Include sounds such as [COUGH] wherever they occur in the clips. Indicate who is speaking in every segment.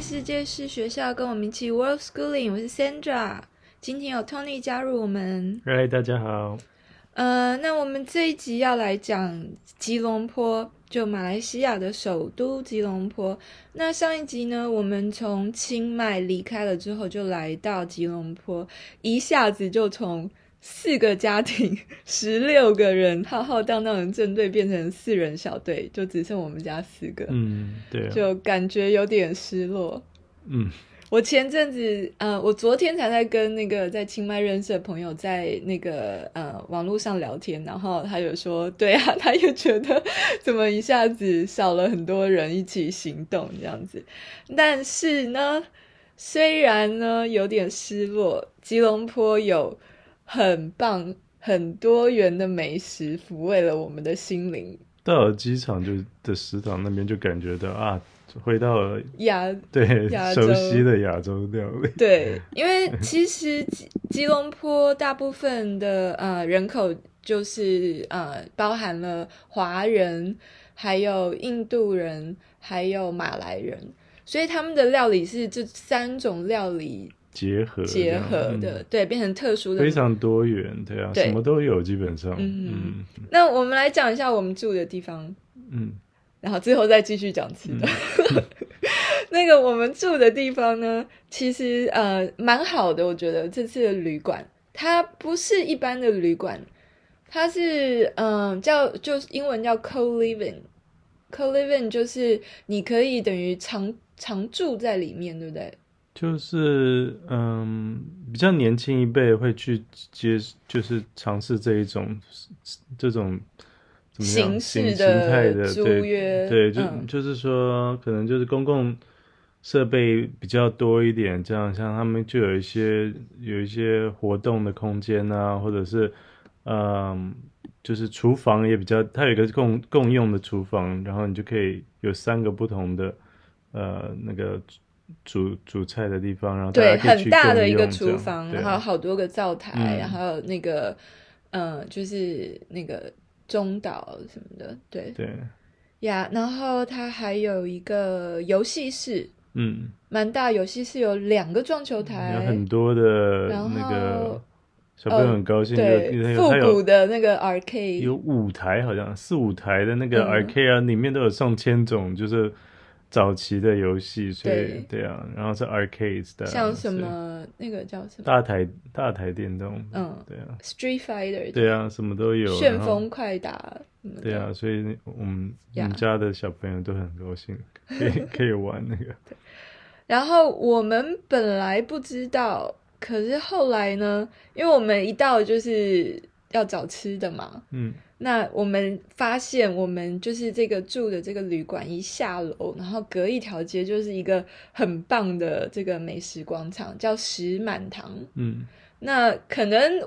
Speaker 1: 是学校跟我们一起 World Schooling，我是 Sandra，今天有 Tony 加入我们。
Speaker 2: 嗨，大家好。
Speaker 1: 呃，那我们这一集要来讲吉隆坡，就马来西亚的首都吉隆坡。那上一集呢，我们从清迈离开了之后，就来到吉隆坡，一下子就从四个家庭、十六个人浩浩荡荡的正队变成四人小队，就只剩我们家四个，
Speaker 2: 嗯，对、啊，
Speaker 1: 就感觉有点失落。
Speaker 2: 嗯，
Speaker 1: 我前阵子，呃，我昨天才在跟那个在清迈认识的朋友在那个呃网络上聊天，然后他有说，对啊，他也觉得怎么一下子少了很多人一起行动这样子，但是呢，虽然呢有点失落，吉隆坡有很棒、很多元的美食抚慰了我们的心灵。
Speaker 2: 到了机场就的食堂那边就感觉到啊，回到了
Speaker 1: 呀，
Speaker 2: 对
Speaker 1: 亚洲
Speaker 2: 熟悉的亚洲料理。
Speaker 1: 对，因为其实吉吉隆坡大部分的呃人口就是呃包含了华人，还有印度人，还有马来人，所以他们的料理是这三种料理
Speaker 2: 结合这
Speaker 1: 结
Speaker 2: 样
Speaker 1: 合的，对，变成特殊
Speaker 2: 嗯
Speaker 1: 的
Speaker 2: 非常多元，对啊，
Speaker 1: 对
Speaker 2: 什么都有，基本上，
Speaker 1: 嗯
Speaker 2: 嗯
Speaker 1: 那我们来讲一下我们住的地方，
Speaker 2: 嗯
Speaker 1: 然后最后再继续讲吃的。
Speaker 2: 嗯
Speaker 1: [LAUGHS] 那个我们住的地方呢，其实呃蛮好的，我觉得这次的旅馆它不是一般的旅馆，它是嗯、呃叫就是英文叫 co living。co living 就是你可以等于常常住在里面，对不对？
Speaker 2: 就是嗯，比较年轻一辈会去接，就是尝试这一种这种怎么样
Speaker 1: 形式
Speaker 2: 形形态的
Speaker 1: 租
Speaker 2: 对
Speaker 1: 约，
Speaker 2: 对，就、
Speaker 1: 嗯
Speaker 2: 就是说，可能就是公共设备比较多一点，这样像他们就有一些有一些活动的空间啊，或者是嗯，就是厨房也比较，它有一个共共用的厨房，然后你就可以有三个不同的呃那个煮煮菜的地方，然后大
Speaker 1: 对，
Speaker 2: 家可以
Speaker 1: 很
Speaker 2: 去
Speaker 1: 大的
Speaker 2: 共
Speaker 1: 一个
Speaker 2: 用这
Speaker 1: 厨
Speaker 2: 样
Speaker 1: 房，
Speaker 2: 对啊
Speaker 1: 然后好多个灶台，
Speaker 2: 嗯
Speaker 1: 然后那个呃就是那个中岛什么的，对，
Speaker 2: 对，
Speaker 1: 呀然后它还有一个游戏室，
Speaker 2: 嗯，
Speaker 1: 蛮大游戏室，有两个撞球
Speaker 2: 有
Speaker 1: 台，
Speaker 2: 很多的
Speaker 1: 然
Speaker 2: 那
Speaker 1: 后
Speaker 2: 个小朋友很高兴，就
Speaker 1: 对，
Speaker 2: 那
Speaker 1: 复
Speaker 2: 个他有
Speaker 1: 古的那个 arcade，
Speaker 2: 有五台，好像四五台的那个
Speaker 1: 嗯
Speaker 2: arcade 啊，里面都有上千种，就是早期的游戏，所以
Speaker 1: 对
Speaker 2: 对啊，然后是 arcades 的啊，
Speaker 1: 像什
Speaker 2: 所以
Speaker 1: 么那个叫什么
Speaker 2: 大台大台电动，
Speaker 1: 嗯
Speaker 2: 对啊，
Speaker 1: Street Fighter，
Speaker 2: 对啊，什么都有，
Speaker 1: 旋
Speaker 2: 然后
Speaker 1: 风快打什么的，
Speaker 2: 对啊，所以我们我
Speaker 1: 呀
Speaker 2: 们家的小朋友都很高兴， [LAUGHS]
Speaker 1: [LAUGHS]
Speaker 2: 可以可以玩那个，
Speaker 1: 然后我们本来不知道，可是后来呢，因为我们一到就是要找吃的嘛，
Speaker 2: 嗯
Speaker 1: 那我们发现我们就是这个住的这个旅馆一下楼，然后隔一条街就是一个很棒的这个美食广场，叫石满堂。
Speaker 2: 嗯，
Speaker 1: 那可能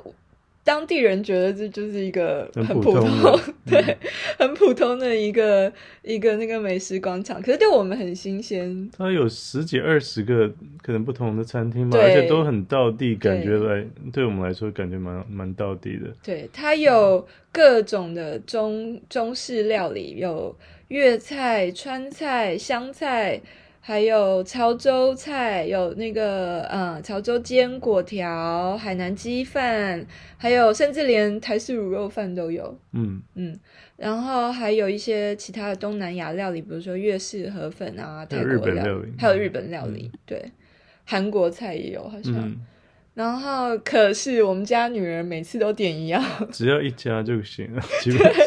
Speaker 1: 当地人觉得这就是一个
Speaker 2: 很
Speaker 1: 很
Speaker 2: 普通啊
Speaker 1: [LAUGHS]
Speaker 2: 的嗯
Speaker 1: 对，很普通的一个一个那个美食广场，可是对我们很新鲜。
Speaker 2: 它有十几二十个可能不同的餐厅嘛，
Speaker 1: 对
Speaker 2: 而且都很道地，感觉
Speaker 1: 对
Speaker 2: 来对我们来说感觉蛮蛮道地的，
Speaker 1: 对，它有各种的中中式料理，有粤菜、川菜、湘菜，还有潮州菜，有那个呃潮州煎果条、海南鸡饭，还有甚至连台式卤肉饭都有。
Speaker 2: 嗯
Speaker 1: 嗯，然后还有一些其他的东南亚料理，比如说粤式河粉啊，
Speaker 2: 还
Speaker 1: 泰
Speaker 2: 有
Speaker 1: 国
Speaker 2: 日本
Speaker 1: 料
Speaker 2: 料理嗯
Speaker 1: 还有日本料理，对，韩国菜也有好像。
Speaker 2: 嗯。
Speaker 1: 然后可是我们家女儿每次都点一样，
Speaker 2: 只要一家就
Speaker 1: [LAUGHS]
Speaker 2: 行了，基本上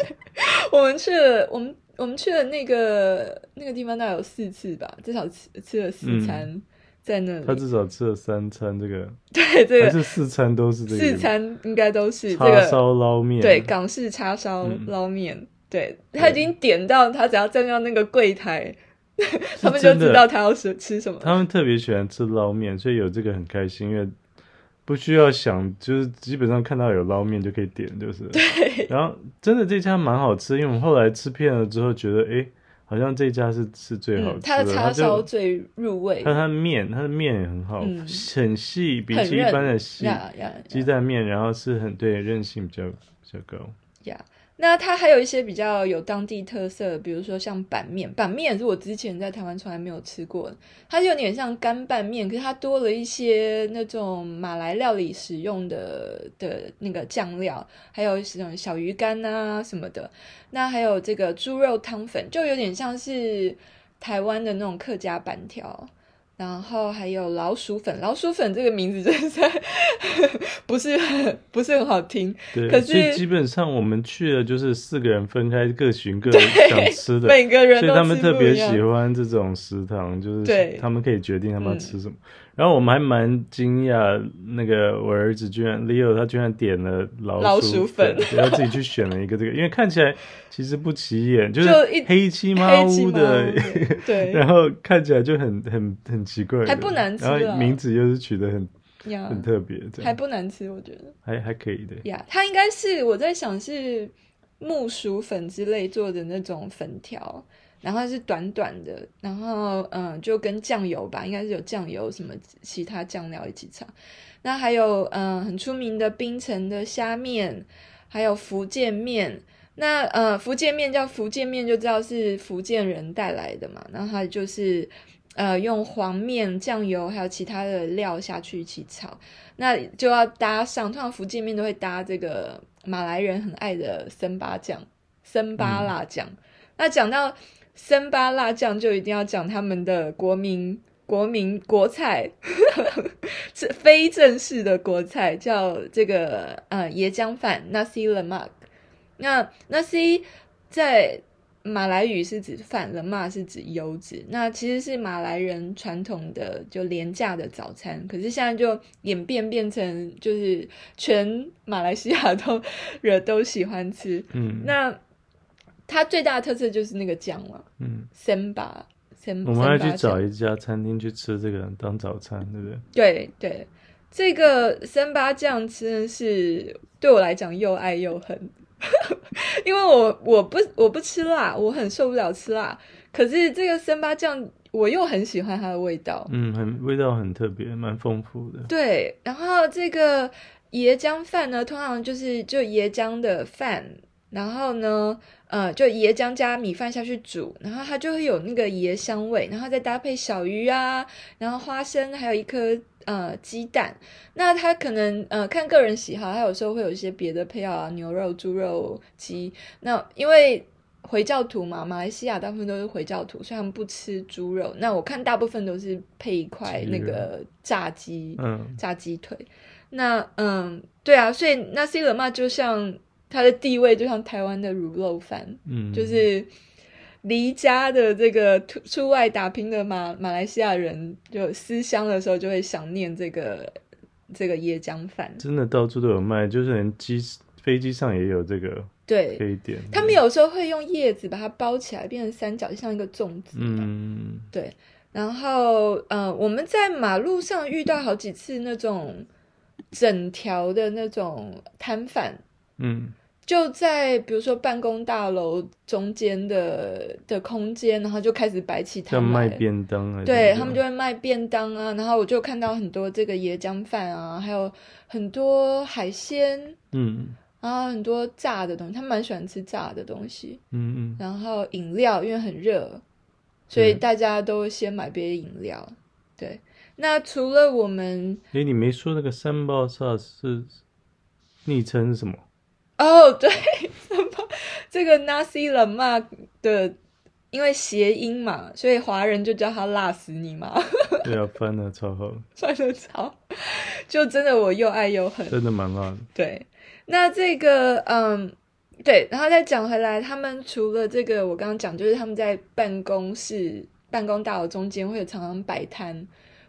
Speaker 1: 我们去了，我们我们去了那个那个地方，大概有四次吧，至少吃吃了四
Speaker 2: 嗯
Speaker 1: 餐、在那
Speaker 2: 他
Speaker 1: 里。
Speaker 2: 至少吃了三餐，这个
Speaker 1: [LAUGHS] 对，这
Speaker 2: 还
Speaker 1: 个
Speaker 2: 嗯是四餐都是这个
Speaker 1: 四餐应该都是这
Speaker 2: 叉
Speaker 1: 个
Speaker 2: 烧捞面，
Speaker 1: 对港式叉烧
Speaker 2: 嗯
Speaker 1: 捞面，对
Speaker 2: 对
Speaker 1: 他已经点到，他只要站到那个柜台， [LAUGHS]
Speaker 2: 是
Speaker 1: 他们就
Speaker 2: 真
Speaker 1: 知
Speaker 2: 的
Speaker 1: 道他要吃吃什么。
Speaker 2: 他们特别喜欢吃捞面，所以有这个很开心，因为不需要想，就是基本上看到有捞面就可以点，就是。对。然后真的这家蛮好吃，因为我们后来吃遍了之后，觉得诶，好像这家是是最好
Speaker 1: 嗯，
Speaker 2: 吃
Speaker 1: 他的叉
Speaker 2: 它就
Speaker 1: 烧最入味
Speaker 2: 它。它的面，它的面也很好，
Speaker 1: 嗯
Speaker 2: 很细，比
Speaker 1: 很
Speaker 2: 起一
Speaker 1: 韧
Speaker 2: 般的细
Speaker 1: 呀呀
Speaker 2: 鸡蛋面，然后是很对韧性比较比较高。
Speaker 1: 呀！那它还有一些比较有当地特色，比如说像板面，板面也是我之前在台湾从来没有吃过的，它有点像干拌面，可是它多了一些那种马来料理使用的的那个酱料，还有这种小鱼干啊什么的。那还有这个猪肉汤粉，就有点像是台湾的那种客家板条。然后还有老鼠粉，老鼠粉这个名字真的是 [LAUGHS] 不是很不是很好听，
Speaker 2: 对，
Speaker 1: 可
Speaker 2: 所以
Speaker 1: 是
Speaker 2: 基本上我们去了就是四个人分开，各寻各想吃的，
Speaker 1: 每个人
Speaker 2: 所以
Speaker 1: 都
Speaker 2: 他们
Speaker 1: 吃
Speaker 2: 特
Speaker 1: 不
Speaker 2: 别
Speaker 1: 一样
Speaker 2: 喜欢这种食堂，就
Speaker 1: 对
Speaker 2: 是他们可以决定他们要
Speaker 1: 嗯
Speaker 2: 吃什么。然后我们还蛮惊讶，那个我儿子居然 Leo 他居然点了
Speaker 1: 老
Speaker 2: 老
Speaker 1: 鼠
Speaker 2: 粉
Speaker 1: 粉，
Speaker 2: 然后自己去选了一个这个，因为看起来其实不起
Speaker 1: [LAUGHS]
Speaker 2: 眼，就
Speaker 1: 就一
Speaker 2: 是黑漆麻
Speaker 1: 黑漆
Speaker 2: 乌
Speaker 1: 麻
Speaker 2: 的 [LAUGHS]
Speaker 1: 乌的， [LAUGHS] 对
Speaker 2: 然后看起来就很很很奇怪的，
Speaker 1: 还不难吃啊嗯
Speaker 2: 然后名字又是取得很
Speaker 1: 呀
Speaker 2: 很，特别，这
Speaker 1: 还
Speaker 2: 样
Speaker 1: 不难吃，我觉得
Speaker 2: 还还可以的。
Speaker 1: 呀，它应该是我在想是木薯粉之类做的那种粉条，然后它是短短的，然后嗯，就跟酱油吧，应该是有酱油什么其他酱料一起炒，那还有嗯很出名的冰城的虾面，还有福建面。那呃，福建面叫福建面，就知道是福建人带来的嘛。然后它就是呃用黄面、酱油还有其他的料下去一起炒，那就要搭上。通常福建面都会搭这个马来人很爱的森巴酱、森巴辣酱。那讲到森巴辣酱，就一定要讲他们的国民。国民国菜 [LAUGHS] 是非正式的国菜，叫这个呃椰浆饭 （nasi lemak）。那 nasi 在马来语是指饭，lemak 是指油脂。那其实是马来人传统的就廉价的早餐，可是现在就演变变成就是全马来西亚都人都喜欢吃。
Speaker 2: 嗯，
Speaker 1: 那它最大的特色就是那个酱了
Speaker 2: 嗯，
Speaker 1: 森巴森。
Speaker 2: 我们还
Speaker 1: Samba
Speaker 2: 要去
Speaker 1: 酱
Speaker 2: 找一家餐厅去吃这个当早餐，对不对？
Speaker 1: 对对，这个三八酱真的是对我来讲又爱又恨， [LAUGHS] 因为我我不我不吃辣，我很受不了吃辣。可是这个三八酱我又很喜欢它的味道，
Speaker 2: 嗯，很味道很特别，蛮丰富的。
Speaker 1: 对，然后这个椰浆饭呢，通常就是就椰浆的饭，然后呢，呃，就椰浆加米饭下去煮，然后它就会有那个椰香味，然后再搭配小鱼啊，然后花生，还有一颗呃鸡蛋。那它可能呃看个人喜好，它有时候会有一些别的配料啊，牛肉、猪肉、鸡。那因为回教徒嘛，马来西亚大部分都是回教徒，所以他们不吃猪肉。那我看大部分都是配一块
Speaker 2: 鸡
Speaker 1: 那
Speaker 2: 肉
Speaker 1: 个炸鸡，
Speaker 2: 嗯，
Speaker 1: 炸鸡腿。那嗯，对啊，所以那 C 冷嘛，就像它的地位，就像台湾的卤肉饭，
Speaker 2: 嗯，
Speaker 1: 就是离家的这个出出外打拼的马马来西亚人，就思乡的时候就会想念这个这个椰浆饭。
Speaker 2: 真的到处都有卖，就是连机飞机上也有这个可
Speaker 1: 对，
Speaker 2: 以点。
Speaker 1: 他们，有时候会用叶子把它包起来，变成三角，就像一个粽子一样。
Speaker 2: 嗯，
Speaker 1: 对，然后呃，我们在马路上遇到好几次那种整条的那种摊贩，
Speaker 2: 嗯，
Speaker 1: 就在比如说办公大楼中间的的空间，然后就开始摆起
Speaker 2: 像
Speaker 1: 摊
Speaker 2: 卖
Speaker 1: 来。
Speaker 2: 便当啊，
Speaker 1: 对他们就会卖便当啊，然后我就看到很多这个椰浆饭啊，还有很多海鲜，
Speaker 2: 嗯
Speaker 1: 然后很多炸的东西，他们蛮喜欢吃炸的东西。
Speaker 2: 嗯嗯，
Speaker 1: 然后饮料因为很热，所以
Speaker 2: 对
Speaker 1: 大家都先买杯饮料。对，那除了我们
Speaker 2: 哎，你没说那个三包 sauce 是昵称
Speaker 1: [LAUGHS]
Speaker 2: 是什么？
Speaker 1: 哦，对， [LAUGHS] 这个 nasi lemak 的，因为谐音嘛，所以华人就叫它辣死你嘛， [LAUGHS]
Speaker 2: 对啊，翻的超好，
Speaker 1: 算得着，就真的我又爱又恨。
Speaker 2: 真的蛮辣的。
Speaker 1: 对，那这个嗯，对，然后再讲回来，他们除了这个，我刚刚讲，就是他们在办公室、办公大楼中间会有常常摆摊。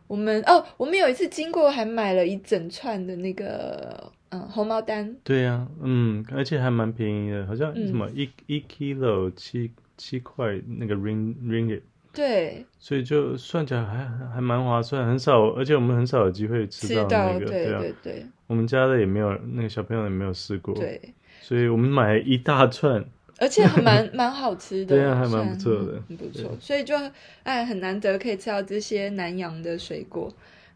Speaker 1: 我们哦，我们有一次经过，还买了一整串的那个嗯红毛丹，
Speaker 2: 对呀、嗯，而且还蛮便宜的，好像
Speaker 1: 嗯
Speaker 2: 什么一、一 kilo 七七块那个 ring ringgit，
Speaker 1: 对，
Speaker 2: 所以就算起来还还蛮划算，很少，而且我们很少有机会吃
Speaker 1: 吃
Speaker 2: 到
Speaker 1: 到
Speaker 2: 那个，
Speaker 1: 对
Speaker 2: 啊，
Speaker 1: 对对
Speaker 2: 我们家的也没有，那个小朋友也没有试过，，
Speaker 1: 对，
Speaker 2: 所以我们买了一大串，
Speaker 1: 而且还蛮 [LAUGHS] 蛮好吃的，
Speaker 2: 对啊还蛮
Speaker 1: 算
Speaker 2: 不错的
Speaker 1: 很不
Speaker 2: 对
Speaker 1: 错。所以就哎，很难得可以吃到这些南洋的水果。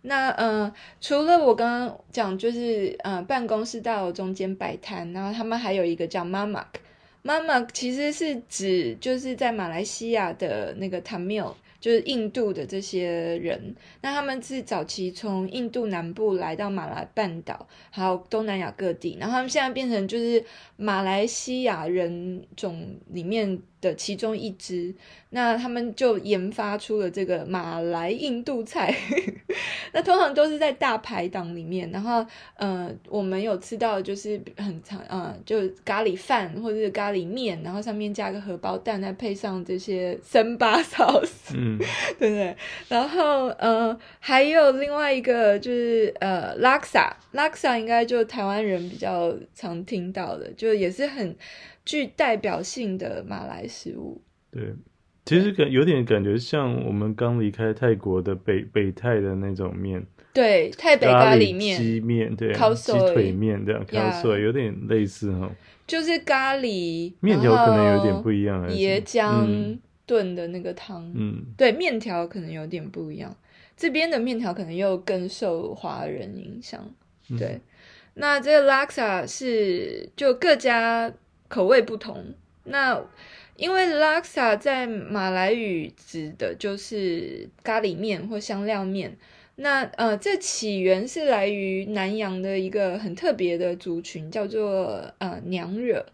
Speaker 1: 那呃，除了我刚刚讲，就是呃，办公室大楼中间摆摊，然后他们还有一个叫妈妈。妈妈其实是指就是在马来西亚的那个 Tamil，就是印度的这些人。那他们是早期从印度南部来到马来半岛，还有东南亚各地，然后他们现在变成就是马来西亚人种里面的其中一支。那他们就研发出了这个马来印度菜， [LAUGHS] 那通常都是在大排档里面，然后呃，我们有吃到就是很常呃，就咖喱饭或者是咖喱面，然后上面加个荷包蛋，再配上这些生巴 [LAUGHS] sauce，
Speaker 2: 嗯
Speaker 1: 对不对？然后呃，还有另外一个就是呃，laksa，laksa 应该就台湾人比较常听到的，就也是很具代表性的马来食物。
Speaker 2: 对，其实感有点感觉像我们刚离开泰国的北北泰的那种面，
Speaker 1: 对，泰北
Speaker 2: 咖
Speaker 1: 咖
Speaker 2: 喱
Speaker 1: 喱面
Speaker 2: 鸡面，对，
Speaker 1: 烤
Speaker 2: 鸡
Speaker 1: 手
Speaker 2: 腿面这样，烤
Speaker 1: 呀
Speaker 2: 手有点类似哈，
Speaker 1: 就是咖喱，
Speaker 2: 面条可能有点不
Speaker 1: 一
Speaker 2: 一样还是什
Speaker 1: 椰
Speaker 2: 么
Speaker 1: 浆
Speaker 2: 嗯
Speaker 1: 炖的那个汤，
Speaker 2: 嗯，
Speaker 1: 对，面条可能有点不一样。这边的面条可能又更受华人影响，
Speaker 2: 嗯
Speaker 1: 对。那这个 laksa 是就各家口味不同，那因为 laksa 在马来语指的就是咖喱面或香料面。那呃，这起源是来于南洋的一个很特别的族群，叫做呃娘惹。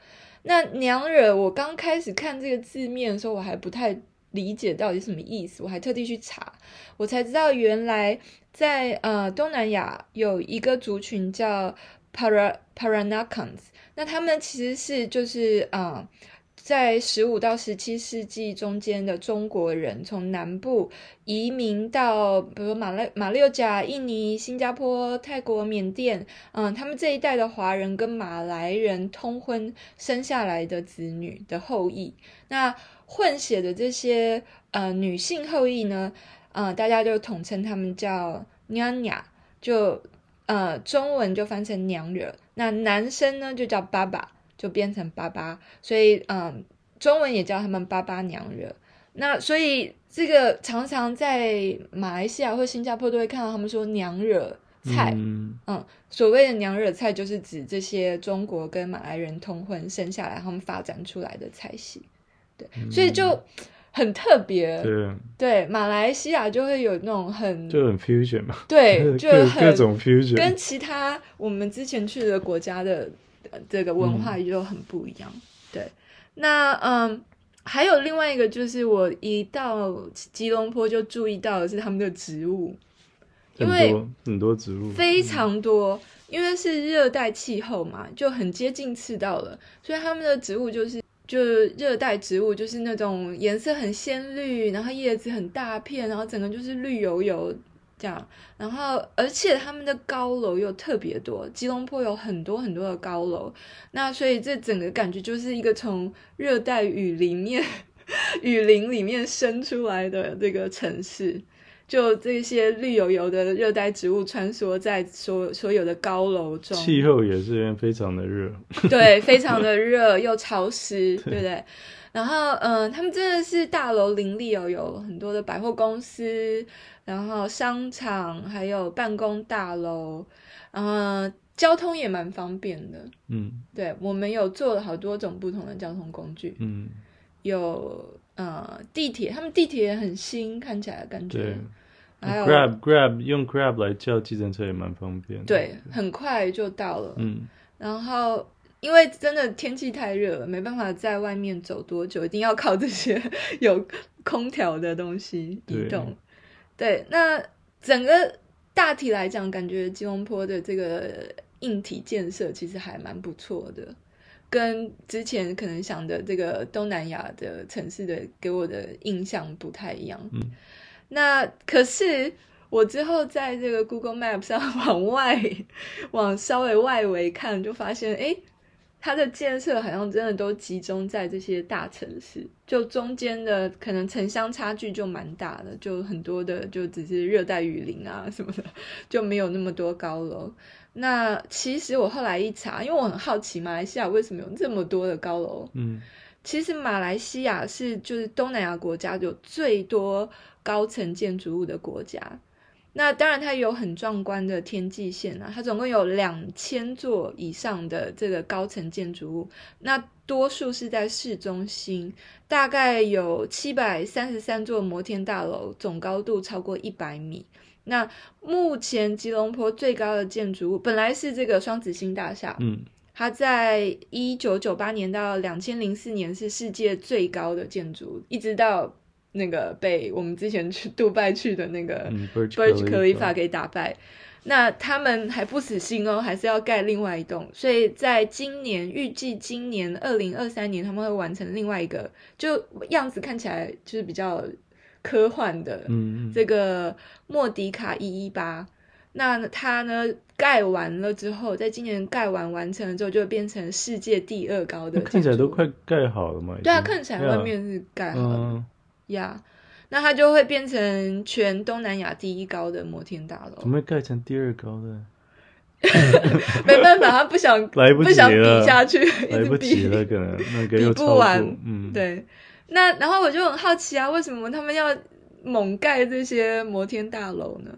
Speaker 1: 那娘惹，我刚开始看这个字面的时候，我还不太理解到底什么意思，我还特地去查，我才知道原来在呃东南亚有一个族群叫 Para Paranakans，那他们其实是就是啊、呃在十五到十七世纪中间的中国人从南部移民到，比如马来马六甲、印尼、新加坡、泰国、缅甸，嗯，他们这一代的华人跟马来人通婚生下来的子女的后裔，那混血的这些呃女性后裔呢，呃，大家就统称他们叫娘娘，就呃中文就翻成娘惹。那男生呢就叫爸爸，就变成爸爸，所以嗯、呃中文也叫他们爸爸娘惹。那所以这个常常在马来西亚或新加坡都会看到他们说娘惹菜。
Speaker 2: 嗯
Speaker 1: 嗯，所谓的娘惹菜就是指这些中国跟马来人通婚生下来，他们发展出来的菜系，对，所以就很特别。
Speaker 2: 嗯对，
Speaker 1: 对，马来西亚就会有那种很
Speaker 2: 嗯就很 fusion 嘛，
Speaker 1: 对，就
Speaker 2: [LAUGHS] 各
Speaker 1: 很
Speaker 2: 各种
Speaker 1: 跟
Speaker 2: fusion，
Speaker 1: 其他我们之前去的国家的呃这个文
Speaker 2: 嗯
Speaker 1: 化就很不一样。对，那嗯，还有另外一个就是我一到吉隆坡就注意到的是他们的植物，
Speaker 2: 很
Speaker 1: 因为
Speaker 2: 多很多植物，
Speaker 1: 非常多，因为是热带气候嘛，就很接近赤道了，所以他们的植物就是。就是热带植物，就是那种颜色很鲜绿，然后叶子很大片，然后整个就是绿油油这样。然后，而且他们的高楼又特别多，吉隆坡有很多很多的高楼，那所以这整个感觉就是一个从热带雨林面 [LAUGHS] 雨林里面生出来的这个城市。就这些绿油油的热带植物穿梭在所所有的高楼中，
Speaker 2: 嗯气候也是非常的热， [LAUGHS]
Speaker 1: 对，非常的热又潮湿，对不对？然后，嗯、他们真的是大楼林立哦，有很多的百货公司，然后商场，还有办公大楼，然后交通也蛮方便的。
Speaker 2: 嗯
Speaker 1: 对我们有做了好多种不同的交通工具，
Speaker 2: 嗯，
Speaker 1: 有呃地铁，他们地铁也很新，看起来感觉
Speaker 2: 对。
Speaker 1: 还有
Speaker 2: Grab Grab 用 Grab 来叫计程车也蛮方便的，
Speaker 1: 对，很快就到了。
Speaker 2: 嗯
Speaker 1: 然后因为真的天气太热了，没办法在外面走多久，一定要靠这些 [LAUGHS] 有空调的东西移
Speaker 2: 对
Speaker 1: 动。对，那整个大体来讲，感觉吉隆坡的这个硬体建设其实还蛮不错的。跟之前可能想的这个东南亚的城市的给我的印象不太一样，
Speaker 2: 嗯
Speaker 1: 那可是我之后在这个 Google Map 上 [LAUGHS] 往外 [LAUGHS] 往稍微外围看，就发现，诶，它的建设好像真的都集中在这些大城市，就中间的可能城乡差距就蛮大的，就很多的就只是热带雨林啊什么的，就没有那么多高楼。那其实我后来一查，因为我很好奇马来西亚为什么有这么多的高楼，
Speaker 2: 嗯
Speaker 1: 其实马来西亚是就是东南亚国家有最多高层建筑物的国家，那当然，它有很壮观的天际线啊，它总共有两千座以上的这个高层建筑物，那多数是在市中心，大概有七百三十三座摩天大楼，总高度超过一百米。那目前吉隆坡最高的建筑物本来是这个双子星大厦，
Speaker 2: 嗯，
Speaker 1: 它在一九九八年到两千零四年是世界最高的建筑物，一直到那个被我们之前去杜拜去的那个
Speaker 2: 嗯 Burj
Speaker 1: Burj
Speaker 2: Khalifa
Speaker 1: Khalifa 给打败。那他们还不死心哦，还是要盖另外一栋。所以在今年，预计今年二零二三年他们会完成另外一个，就样子看起来就是比较科幻的，
Speaker 2: 嗯，嗯
Speaker 1: 这个莫迪卡一一八。那它呢盖完了之后，在今年盖完完成了之后，就会变成世界第二高的
Speaker 2: 那看起来
Speaker 1: 建筑
Speaker 2: 都
Speaker 1: 物
Speaker 2: 快盖好了嘛，已
Speaker 1: 对啊，
Speaker 2: 经
Speaker 1: 看起来
Speaker 2: 对啊
Speaker 1: 外面是盖好了
Speaker 2: 嗯，
Speaker 1: 呀。那它就会变成全东南亚第一高的摩天大
Speaker 2: 怎
Speaker 1: 楼，
Speaker 2: 么会盖成第二高的？
Speaker 1: 没办法，他不
Speaker 2: [LAUGHS]
Speaker 1: 想
Speaker 2: 来不及
Speaker 1: 想比
Speaker 2: 了，
Speaker 1: 下去，一
Speaker 2: 来
Speaker 1: 直
Speaker 2: 不及
Speaker 1: 比
Speaker 2: 了，可能那个
Speaker 1: 比
Speaker 2: 又
Speaker 1: 不
Speaker 2: 超过
Speaker 1: 完，
Speaker 2: 嗯，，
Speaker 1: 对，那然后我就很好奇啊，为什么他们要猛盖这些摩天大楼呢？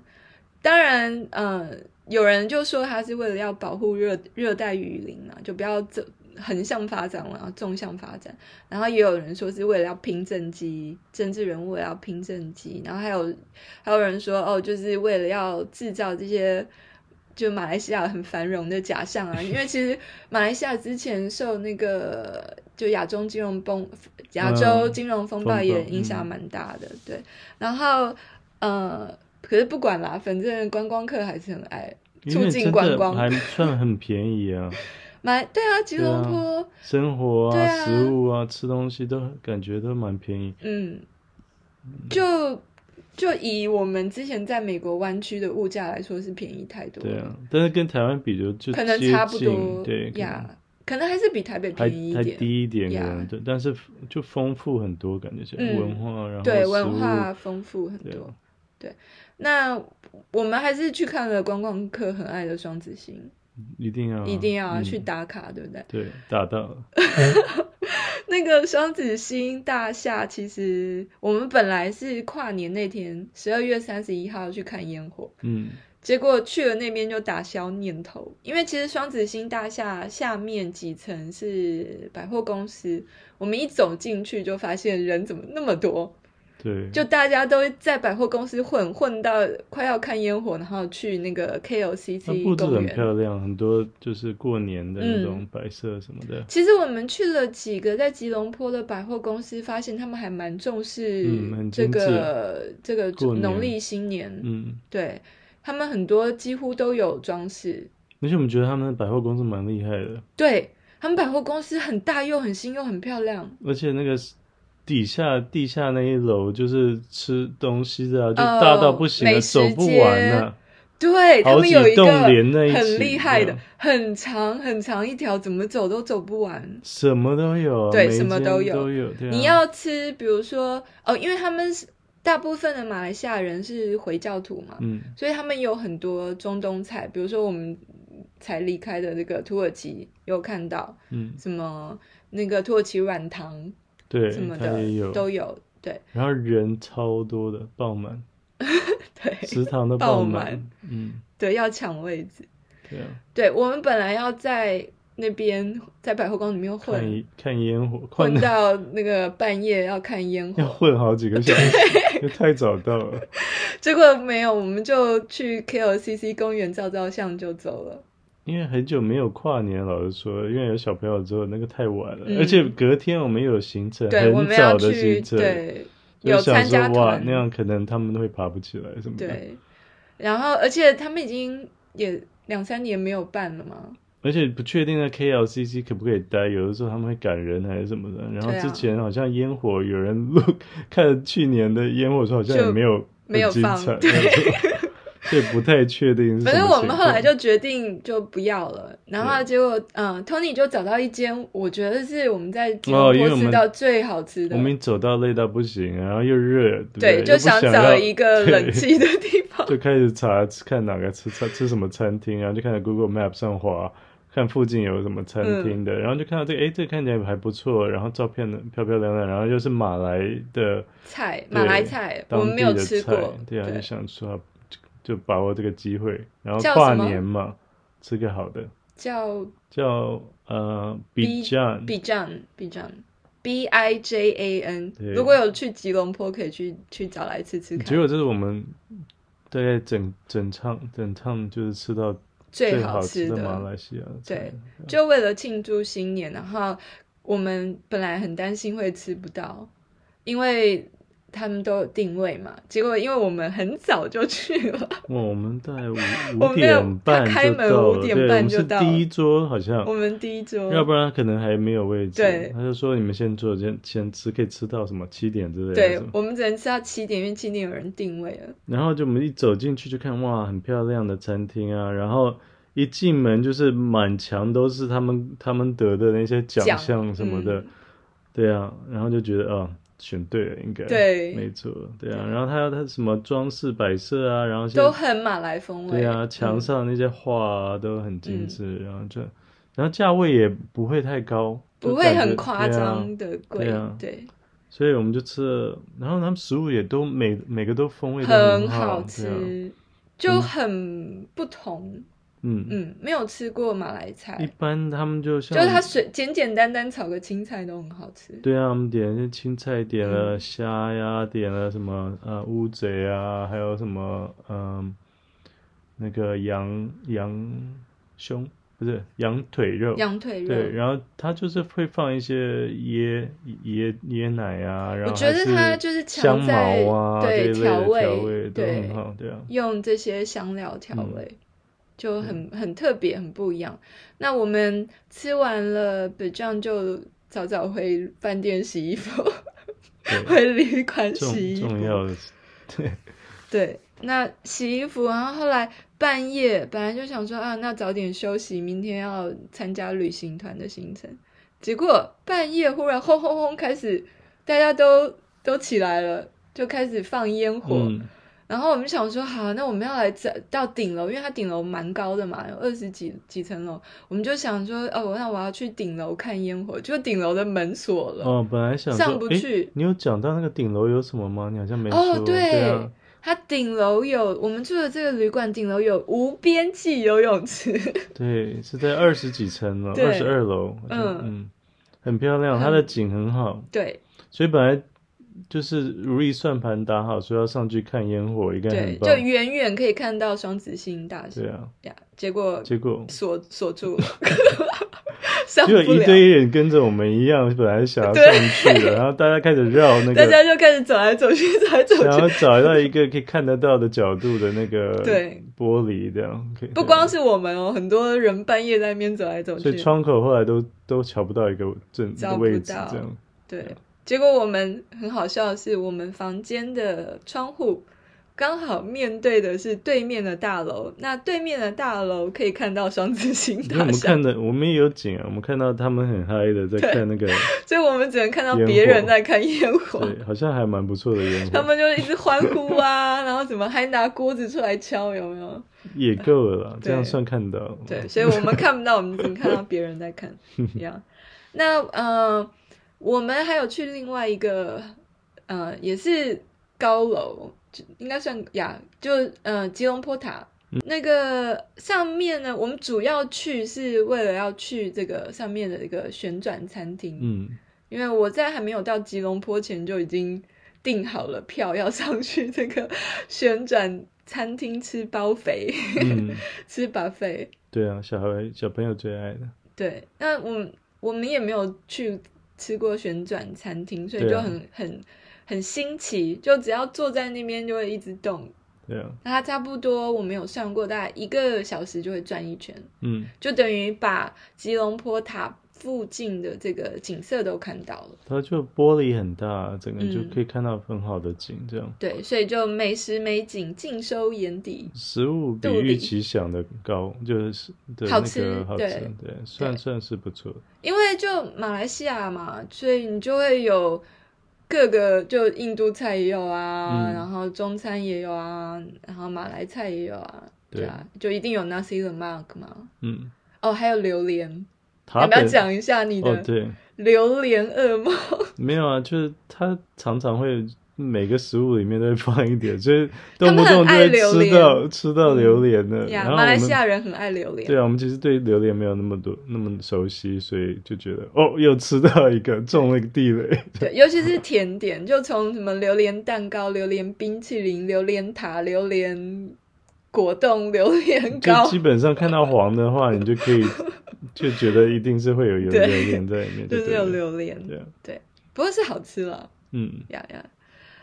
Speaker 1: 当然，呃，有人就说他是为了要保护热热带雨林嘛，就不要走横向发展然后纵向发展。然后也有人说是为了要拼政绩，政治人物也要拼政绩。然后还有还有人说哦，就是为了要制造这些。就马来西亚很繁荣的假象啊，因为其实马来西亚之前受那个就亚洲金融崩、亚洲
Speaker 2: 嗯
Speaker 1: 金融风
Speaker 2: 风
Speaker 1: 暴
Speaker 2: 暴
Speaker 1: 也影响
Speaker 2: 嗯
Speaker 1: 蛮大的，对。然后呃，可是不管啦，反正观光客还是很爱
Speaker 2: 因
Speaker 1: 促
Speaker 2: 为
Speaker 1: 进
Speaker 2: 真
Speaker 1: 观
Speaker 2: 的
Speaker 1: 光 [LAUGHS]
Speaker 2: 还算很便宜啊，
Speaker 1: 买。对啊，吉
Speaker 2: 对
Speaker 1: 隆
Speaker 2: 啊
Speaker 1: 坡，
Speaker 2: 生活
Speaker 1: 对
Speaker 2: 啊、
Speaker 1: 啊
Speaker 2: 食物啊、吃东西都感觉都蛮便宜。
Speaker 1: 嗯，就就以我们之前在美国湾区的物价来说，是便宜太多了，
Speaker 2: 对啊，但是跟台湾比就就
Speaker 1: 可能
Speaker 2: 接
Speaker 1: 差不
Speaker 2: 近，
Speaker 1: 多
Speaker 2: 对，可能
Speaker 1: 呀，可能还是比台北
Speaker 2: 还
Speaker 1: 便宜
Speaker 2: 还
Speaker 1: 一点。
Speaker 2: 低一点可能
Speaker 1: 呀
Speaker 2: 对，但是就丰富很多，感觉起来
Speaker 1: 嗯
Speaker 2: 文化，然后
Speaker 1: 对，
Speaker 2: 食
Speaker 1: 文
Speaker 2: 物
Speaker 1: 化丰富很
Speaker 2: 对啊
Speaker 1: 多。对，那我们还是去看了观光客很爱的双子星，
Speaker 2: 一定要
Speaker 1: 一定要
Speaker 2: 嗯
Speaker 1: 去打卡，对不对？
Speaker 2: 对打到了，
Speaker 1: 那个双子星大厦，其实我们本来是跨年那天，十二月三十一号去看烟火，
Speaker 2: 嗯，
Speaker 1: 结果去了那边就打消念头，因为其实双子星大厦下面几层是百货公司，我们一走进去就发现人怎么那么多，
Speaker 2: 嗯对，
Speaker 1: 就大家都在百货公司混混到快要看烟火，然后去那个
Speaker 2: 它布
Speaker 1: KLCC
Speaker 2: 置
Speaker 1: 公
Speaker 2: 很
Speaker 1: 园。
Speaker 2: 漂亮，很多就是过年的那
Speaker 1: 嗯
Speaker 2: 种白色什么的，
Speaker 1: 其实我们去了几个在吉隆坡的百货公司，发现他们还蛮重视
Speaker 2: 嗯很
Speaker 1: 这
Speaker 2: 精致
Speaker 1: 个、这个
Speaker 2: 过年
Speaker 1: 农历新年，
Speaker 2: 嗯，
Speaker 1: 对他们很多几乎都有装饰，
Speaker 2: 而且我们觉得他们的百货公司蛮厉害的，
Speaker 1: 对他们百货公司很大又很新又很漂亮，
Speaker 2: 而且那个是底下地下那一楼就是吃东西的啊，就
Speaker 1: 哦
Speaker 2: 大到不行了，
Speaker 1: 美食
Speaker 2: 走不完啊
Speaker 1: 街
Speaker 2: 呢，
Speaker 1: 对他
Speaker 2: 好
Speaker 1: 们
Speaker 2: 几
Speaker 1: 有一个
Speaker 2: 栋连在一起，
Speaker 1: 很厉害的
Speaker 2: 嗯，
Speaker 1: 很长很长一条，怎么走都走不完。
Speaker 2: 什么都有啊，
Speaker 1: 对
Speaker 2: 每一
Speaker 1: 什么都有
Speaker 2: 间都有，对啊
Speaker 1: 你要吃，比如说哦，因为他们是大部分的马来西亚人是回教徒嘛，
Speaker 2: 嗯
Speaker 1: 所以他们有很多中东菜，比如说我们才离开的那个土耳其有看到
Speaker 2: 嗯，
Speaker 1: 什么那个土耳其软糖
Speaker 2: 对，
Speaker 1: 什么
Speaker 2: 它
Speaker 1: 的
Speaker 2: 也有，
Speaker 1: 都有，对
Speaker 2: 然后人超多的，爆满，
Speaker 1: [LAUGHS] 对
Speaker 2: 食堂都
Speaker 1: 爆
Speaker 2: 满
Speaker 1: 满，
Speaker 2: 嗯，
Speaker 1: 对，要抢位置。
Speaker 2: 对啊，
Speaker 1: 对我们本来要在那边在百货公司里面
Speaker 2: 看
Speaker 1: 混
Speaker 2: 一看烟火，
Speaker 1: 混
Speaker 2: 看
Speaker 1: 到那个半夜要看烟
Speaker 2: [LAUGHS] 要
Speaker 1: 火，
Speaker 2: 混好几个小时， [LAUGHS] 也太早到了。
Speaker 1: 结果没有，我们就去 KLCC 公园照照相就走了。
Speaker 2: 因为很久没有跨年，老实说，因为有小朋友之后，那个太晚了，
Speaker 1: 嗯
Speaker 2: 而且隔天我们有行程，
Speaker 1: 对，我
Speaker 2: 很
Speaker 1: 们要
Speaker 2: 早的
Speaker 1: 去
Speaker 2: 行程，
Speaker 1: 对
Speaker 2: 就
Speaker 1: 有
Speaker 2: 想
Speaker 1: 参
Speaker 2: 说
Speaker 1: 加
Speaker 2: 哇，
Speaker 1: 团
Speaker 2: 那样可能他们会爬不起来什么的。，
Speaker 1: 对，然后而且他们已经也两三年没有办了嘛，
Speaker 2: 而且不确定在 KLCC 可不可以待，有的时候他们会赶人还是什么的。然后
Speaker 1: 对啊
Speaker 2: 之前好像烟火有人录，看去年的烟火说好像也
Speaker 1: 就
Speaker 2: 没有
Speaker 1: 没有
Speaker 2: 很精
Speaker 1: 放
Speaker 2: 彩，
Speaker 1: 对
Speaker 2: 对， [LAUGHS] 所以不太确定是什么情况。
Speaker 1: 反正我们后来就决定就不要了，然后
Speaker 2: 对
Speaker 1: 结果嗯，Tony 就找到一间我觉得是我们在吉
Speaker 2: 哦
Speaker 1: 隆
Speaker 2: 因为我
Speaker 1: 坡吃
Speaker 2: 们
Speaker 1: 到最好吃的，
Speaker 2: 我们走到累到不行，然后又热，对不对
Speaker 1: 对，就
Speaker 2: 又不想
Speaker 1: 找
Speaker 2: 要
Speaker 1: 一个
Speaker 2: 对
Speaker 1: 冷气的地方，
Speaker 2: [LAUGHS] 就开始查看哪个吃餐吃什么餐厅，然后就开始 Google Map 上滑，看附近有什么餐厅
Speaker 1: 嗯
Speaker 2: 的，然后就看到这个，哎，这个看起来还不错，然后照片呢漂漂亮亮，然后又是马来的
Speaker 1: 菜，
Speaker 2: 对
Speaker 1: 马来菜，我
Speaker 2: 当
Speaker 1: 们没
Speaker 2: 地
Speaker 1: 有
Speaker 2: 的
Speaker 1: 吃
Speaker 2: 菜
Speaker 1: 过，，
Speaker 2: 对啊，就
Speaker 1: 对
Speaker 2: 想说就把握这个机会，然后
Speaker 1: 叫
Speaker 2: 跨
Speaker 1: 什么
Speaker 2: 年嘛，吃个好的，
Speaker 1: 叫
Speaker 2: 叫呃
Speaker 1: B-
Speaker 2: Bijan，
Speaker 1: B 站 B 站 B I J A N，
Speaker 2: 对
Speaker 1: 如果有去吉隆坡，可以去去找来吃吃
Speaker 2: 结
Speaker 1: 看，
Speaker 2: 果这是我们大概整整趟整趟就是吃到
Speaker 1: 最
Speaker 2: 好
Speaker 1: 吃
Speaker 2: 的马来西亚菜
Speaker 1: 对，就为了庆祝新年，然后我们本来很担心会吃不到，因为他们都有定位嘛。结果因为我们很早就去了，
Speaker 2: 哇，我们
Speaker 1: [LAUGHS]
Speaker 2: 大概五
Speaker 1: 我
Speaker 2: 五
Speaker 1: 们没有
Speaker 2: 点半
Speaker 1: 他开
Speaker 2: 就
Speaker 1: 门
Speaker 2: 到
Speaker 1: 五
Speaker 2: 了，
Speaker 1: 点
Speaker 2: 对，我
Speaker 1: 半
Speaker 2: 们
Speaker 1: 就是到
Speaker 2: 第一
Speaker 1: 了
Speaker 2: 桌好像，
Speaker 1: 我们第一桌，
Speaker 2: 嗯要不然可能还没有位置。
Speaker 1: 对
Speaker 2: 他就说你们先坐，先先吃，可以吃到什么七点之类的。
Speaker 1: 对
Speaker 2: 什么
Speaker 1: 我们只能吃到七点，因为七点有人定位了。
Speaker 2: 然后就我们一走进去就看哇，很漂亮的餐厅啊，然后一进门就是满墙都是他们他们得的那些奖
Speaker 1: 奖
Speaker 2: 项什么的，
Speaker 1: 嗯
Speaker 2: 对啊，然后就觉得啊。选对了，应该
Speaker 1: 对
Speaker 2: 没错，对啊。然后它它什么装饰摆设啊，然后现在
Speaker 1: 都很马来风味，
Speaker 2: 对啊，墙
Speaker 1: 嗯
Speaker 2: 上那些画、啊都很精致，然后就，然后价位也不会太高，
Speaker 1: 嗯不
Speaker 2: 就
Speaker 1: 会
Speaker 2: 感觉
Speaker 1: 很夸张
Speaker 2: 对啊
Speaker 1: 的贵，
Speaker 2: 对啊
Speaker 1: 对，
Speaker 2: 所以我们就吃了，然后他们食物也都每每个都风味都
Speaker 1: 很
Speaker 2: 好
Speaker 1: 好
Speaker 2: 对啊
Speaker 1: 吃，就很不同。
Speaker 2: 嗯，
Speaker 1: 嗯，没有吃过马来菜，
Speaker 2: 一般他们就
Speaker 1: 嗯
Speaker 2: 像
Speaker 1: 就是它水简简单单炒个青菜都很好吃。
Speaker 2: 对啊，我们点了些青菜，点了
Speaker 1: 嗯
Speaker 2: 虾呀，点了什么呃乌贼啊，还有什么嗯、那个羊羊胸不是羊腿肉，
Speaker 1: 羊腿
Speaker 2: 对，
Speaker 1: 肉，
Speaker 2: 然后它就是会放一些椰椰椰奶啊，然
Speaker 1: 我
Speaker 2: 后
Speaker 1: 觉得它
Speaker 2: 还是
Speaker 1: 就是强
Speaker 2: 香茅
Speaker 1: 在
Speaker 2: 啊这
Speaker 1: 对
Speaker 2: 一类的
Speaker 1: 味，
Speaker 2: 味都
Speaker 1: 对
Speaker 2: 很，好，
Speaker 1: [LAUGHS]
Speaker 2: 对啊，
Speaker 1: 用这些香料调
Speaker 2: 嗯
Speaker 1: 味。就很很特别，很不一样。那我们吃完了北酱，就早早回饭店洗衣服， [LAUGHS]
Speaker 2: 对，
Speaker 1: 回旅馆
Speaker 2: 重
Speaker 1: 洗衣服。
Speaker 2: 重要的是，
Speaker 1: 对，那洗衣服，然后后来半夜本来就想说啊，那早点休息，明天要参加旅行团的行程。结果半夜忽然轰轰轰开始，大家都都起来了，就开始放烟 [LAUGHS] 火。
Speaker 2: 嗯，
Speaker 1: 然后我们想说，好，那我们要来这到顶楼，因为它顶楼蛮高的嘛，有二十几几层楼。我们就想说，哦，那我要去顶楼看烟火，就顶楼的门锁了，
Speaker 2: 哦，本来想
Speaker 1: 上
Speaker 2: 说
Speaker 1: 不
Speaker 2: 诶
Speaker 1: 去
Speaker 2: 你有讲到那个顶楼有什么吗？你好像没
Speaker 1: 哦
Speaker 2: 说，
Speaker 1: 对
Speaker 2: 啊，
Speaker 1: 它顶楼有我们住的这个旅馆顶楼有无边际游泳池，
Speaker 2: 对，是在二十几层了，
Speaker 1: 对
Speaker 2: 二十二楼，好像
Speaker 1: 嗯
Speaker 2: 嗯，很漂亮，它的景很好，
Speaker 1: 对
Speaker 2: 所以本来就是如意算盘打好，说要上去看烟火，应该
Speaker 1: 对
Speaker 2: 很，棒
Speaker 1: 就，远远可以看到双子星大厦
Speaker 2: 对啊，
Speaker 1: 呀，结果
Speaker 2: 结果
Speaker 1: 锁锁住
Speaker 2: [LAUGHS]
Speaker 1: 了，上不
Speaker 2: 就有一
Speaker 1: 了。
Speaker 2: 堆人跟着我们一样，本来想要上
Speaker 1: 对
Speaker 2: 去的，然后大家开始绕那
Speaker 1: 大家
Speaker 2: 个，
Speaker 1: 就开始走来走去，走来走
Speaker 2: 想
Speaker 1: 去。
Speaker 2: 要找到一个可以看得到的角度的那个
Speaker 1: [LAUGHS] 对
Speaker 2: 玻璃，这样可以
Speaker 1: 不光是我们哦，很多人半夜在那边走来走
Speaker 2: 所以
Speaker 1: 去。
Speaker 2: 窗口后来都都瞧不到一个正
Speaker 1: 找不
Speaker 2: 位置，
Speaker 1: 到
Speaker 2: 这样
Speaker 1: 对，结果我们很好笑的是，我们房间的窗户刚好面对的是对面的大楼，那对面的大楼可以看到双子星
Speaker 2: 因为我
Speaker 1: 大
Speaker 2: 们
Speaker 1: 厦
Speaker 2: 看，的，我们也有景啊，我们看到他们很嗨的在
Speaker 1: 对
Speaker 2: 看那
Speaker 1: [LAUGHS]
Speaker 2: 个，
Speaker 1: 所以我们只能看到
Speaker 2: 烟
Speaker 1: 别人
Speaker 2: 火
Speaker 1: 在看烟火。
Speaker 2: 对，好像还蛮不错的烟
Speaker 1: 他
Speaker 2: 火，
Speaker 1: 们就一直欢呼啊，然后怎么还拿锅子出来敲，有没有？
Speaker 2: 也够了啦，
Speaker 1: 对
Speaker 2: 这样算看到了。
Speaker 1: 对，所以我们看不到，我们只能看到别人在看一样。那呃，我们还有去另外一个呃，也是高楼，就应该算呀，就呃吉隆坡塔。
Speaker 2: 嗯
Speaker 1: 那个上面呢，我们主要去是为了要去这个上面的一个旋转餐厅， [LAUGHS]
Speaker 2: 嗯，
Speaker 1: 因为我在还没有到吉隆坡前就已经订好了票，要上去这个旋转餐厅吃包肥，
Speaker 2: 嗯，
Speaker 1: 吃 buffet。
Speaker 2: 对啊，小孩小朋友最爱的，
Speaker 1: 对，那我们我们也没有去吃过旋转餐厅，所以
Speaker 2: 对
Speaker 1: 就
Speaker 2: 啊
Speaker 1: 很、很很新奇，就只要坐在那边就会一直动。
Speaker 2: 对啊，
Speaker 1: 那它差不多我们有上过，大概一个小时就会转一圈，
Speaker 2: 嗯，
Speaker 1: 就等于把吉隆坡塔附近的这个景色都看到了。
Speaker 2: 它就玻璃很大，整个就
Speaker 1: 嗯
Speaker 2: 可以看到很好的景，这样
Speaker 1: 对，所以就美食美景尽收眼底。
Speaker 2: 食物比
Speaker 1: 肚
Speaker 2: 预
Speaker 1: 里
Speaker 2: 期想的高，就是的
Speaker 1: 好
Speaker 2: 那
Speaker 1: 吃
Speaker 2: 个好吃，
Speaker 1: 对
Speaker 2: 对，算
Speaker 1: 对
Speaker 2: 算是不错。
Speaker 1: 因为就马来西亚嘛，所以你就会有各个，就印度菜也有啊，
Speaker 2: 嗯
Speaker 1: 然后中餐也有啊，然后马来菜也有啊，
Speaker 2: 对
Speaker 1: 对啊，就一定有 nasi lemak 嘛。
Speaker 2: 嗯，
Speaker 1: 哦，还有榴莲，
Speaker 2: 塔
Speaker 1: 要不要
Speaker 2: 本
Speaker 1: 讲一下你
Speaker 2: 啊哦，
Speaker 1: 的
Speaker 2: 对，
Speaker 1: 榴莲噩梦？
Speaker 2: 没有啊，就是他常常会每个食物里面都会放一
Speaker 1: [LAUGHS]
Speaker 2: 点，就是
Speaker 1: 他
Speaker 2: 动不
Speaker 1: 们很
Speaker 2: 动就
Speaker 1: 爱
Speaker 2: 会
Speaker 1: 榴
Speaker 2: 吃
Speaker 1: 莲嗯
Speaker 2: 到吃到榴莲的。
Speaker 1: 呀
Speaker 2: 然后我
Speaker 1: 马来
Speaker 2: 们
Speaker 1: 西亚人很爱榴莲，
Speaker 2: 对啊，我们其实对榴莲没有那么多那么熟悉，所以就觉得哦，又吃到一个中了一个
Speaker 1: [LAUGHS]
Speaker 2: 地雷。
Speaker 1: 对，尤其是甜点，就从什么榴莲蛋糕、榴莲冰淇淋、榴莲塔、榴莲果冻、榴莲
Speaker 2: 就
Speaker 1: 糕
Speaker 2: 基，本上看到黄的话，你就可以就觉得一定是会有有榴
Speaker 1: 对
Speaker 2: 莲在里面，
Speaker 1: 就
Speaker 2: 对
Speaker 1: 是
Speaker 2: 对
Speaker 1: 有
Speaker 2: 了
Speaker 1: 榴莲，
Speaker 2: 对啊，
Speaker 1: 不过是好吃了
Speaker 2: 嗯
Speaker 1: 呀呀。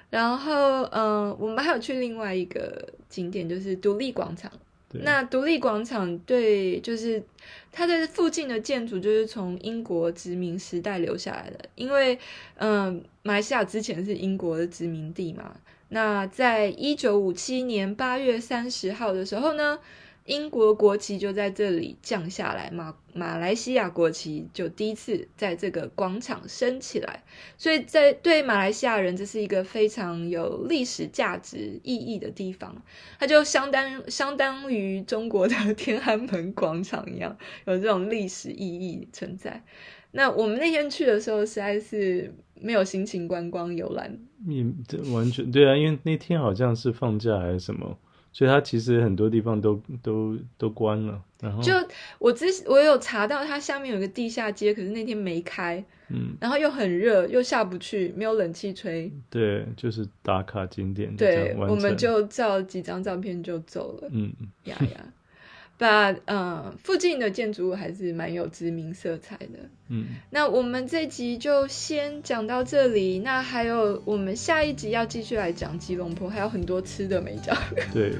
Speaker 1: 然后，嗯、我们还有去另外一个景点，就是独立广场。
Speaker 2: 对。啊
Speaker 1: 那独立广场对，就是它的附近的建筑就是从英国殖民时代留下来的，因为嗯，马来西亚之前是英国的殖民地嘛。那在一九五七年八月三十号的时候呢，英国国旗就在这里降下来，马马来西亚国旗就第一次在这个广场升起来，所以在对马来西亚人，这是一个非常有历史价值意义的地方。它就相当相当于中国的 [LAUGHS] 天安门广场一样，有这种历史意义存在。那我们那天去的时候，实在是没有心情观光游览，
Speaker 2: 也这完全对啊，因为那天好像是放假还是什么，所以它其实很多地方都都都关了。然后
Speaker 1: 就我之我有查到它下面有一个地下街，可是那天没开，
Speaker 2: 嗯，
Speaker 1: 然后又很热，又下不去，没有冷气吹，
Speaker 2: 对，就是打卡景点，就这
Speaker 1: 对，
Speaker 2: 样嗯完
Speaker 1: 我们
Speaker 2: 成
Speaker 1: 就照几张照片就走了。
Speaker 2: 嗯
Speaker 1: 呀呀， [LAUGHS] 把嗯附近的建筑物还是蛮有殖民色彩的。
Speaker 2: 嗯，
Speaker 1: 那我们这集就先讲到这里，那还有我们下一集要继续来讲吉隆坡，还有很多吃的没讲，
Speaker 2: 对，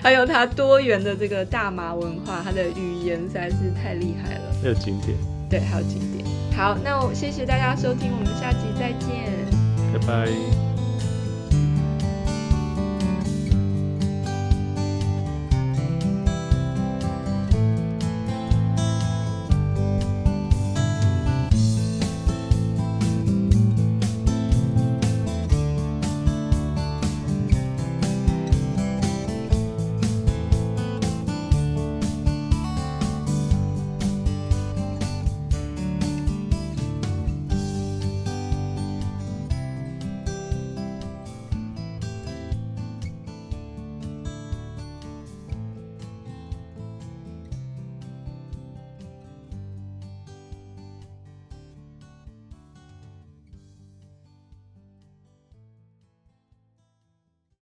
Speaker 1: 还有它多元的这个大麻文化，它的语言实在是太厉害了。
Speaker 2: 还有景点，
Speaker 1: 对，还有景点。好，那我谢谢大家收听，我们下集再见。
Speaker 2: 拜拜。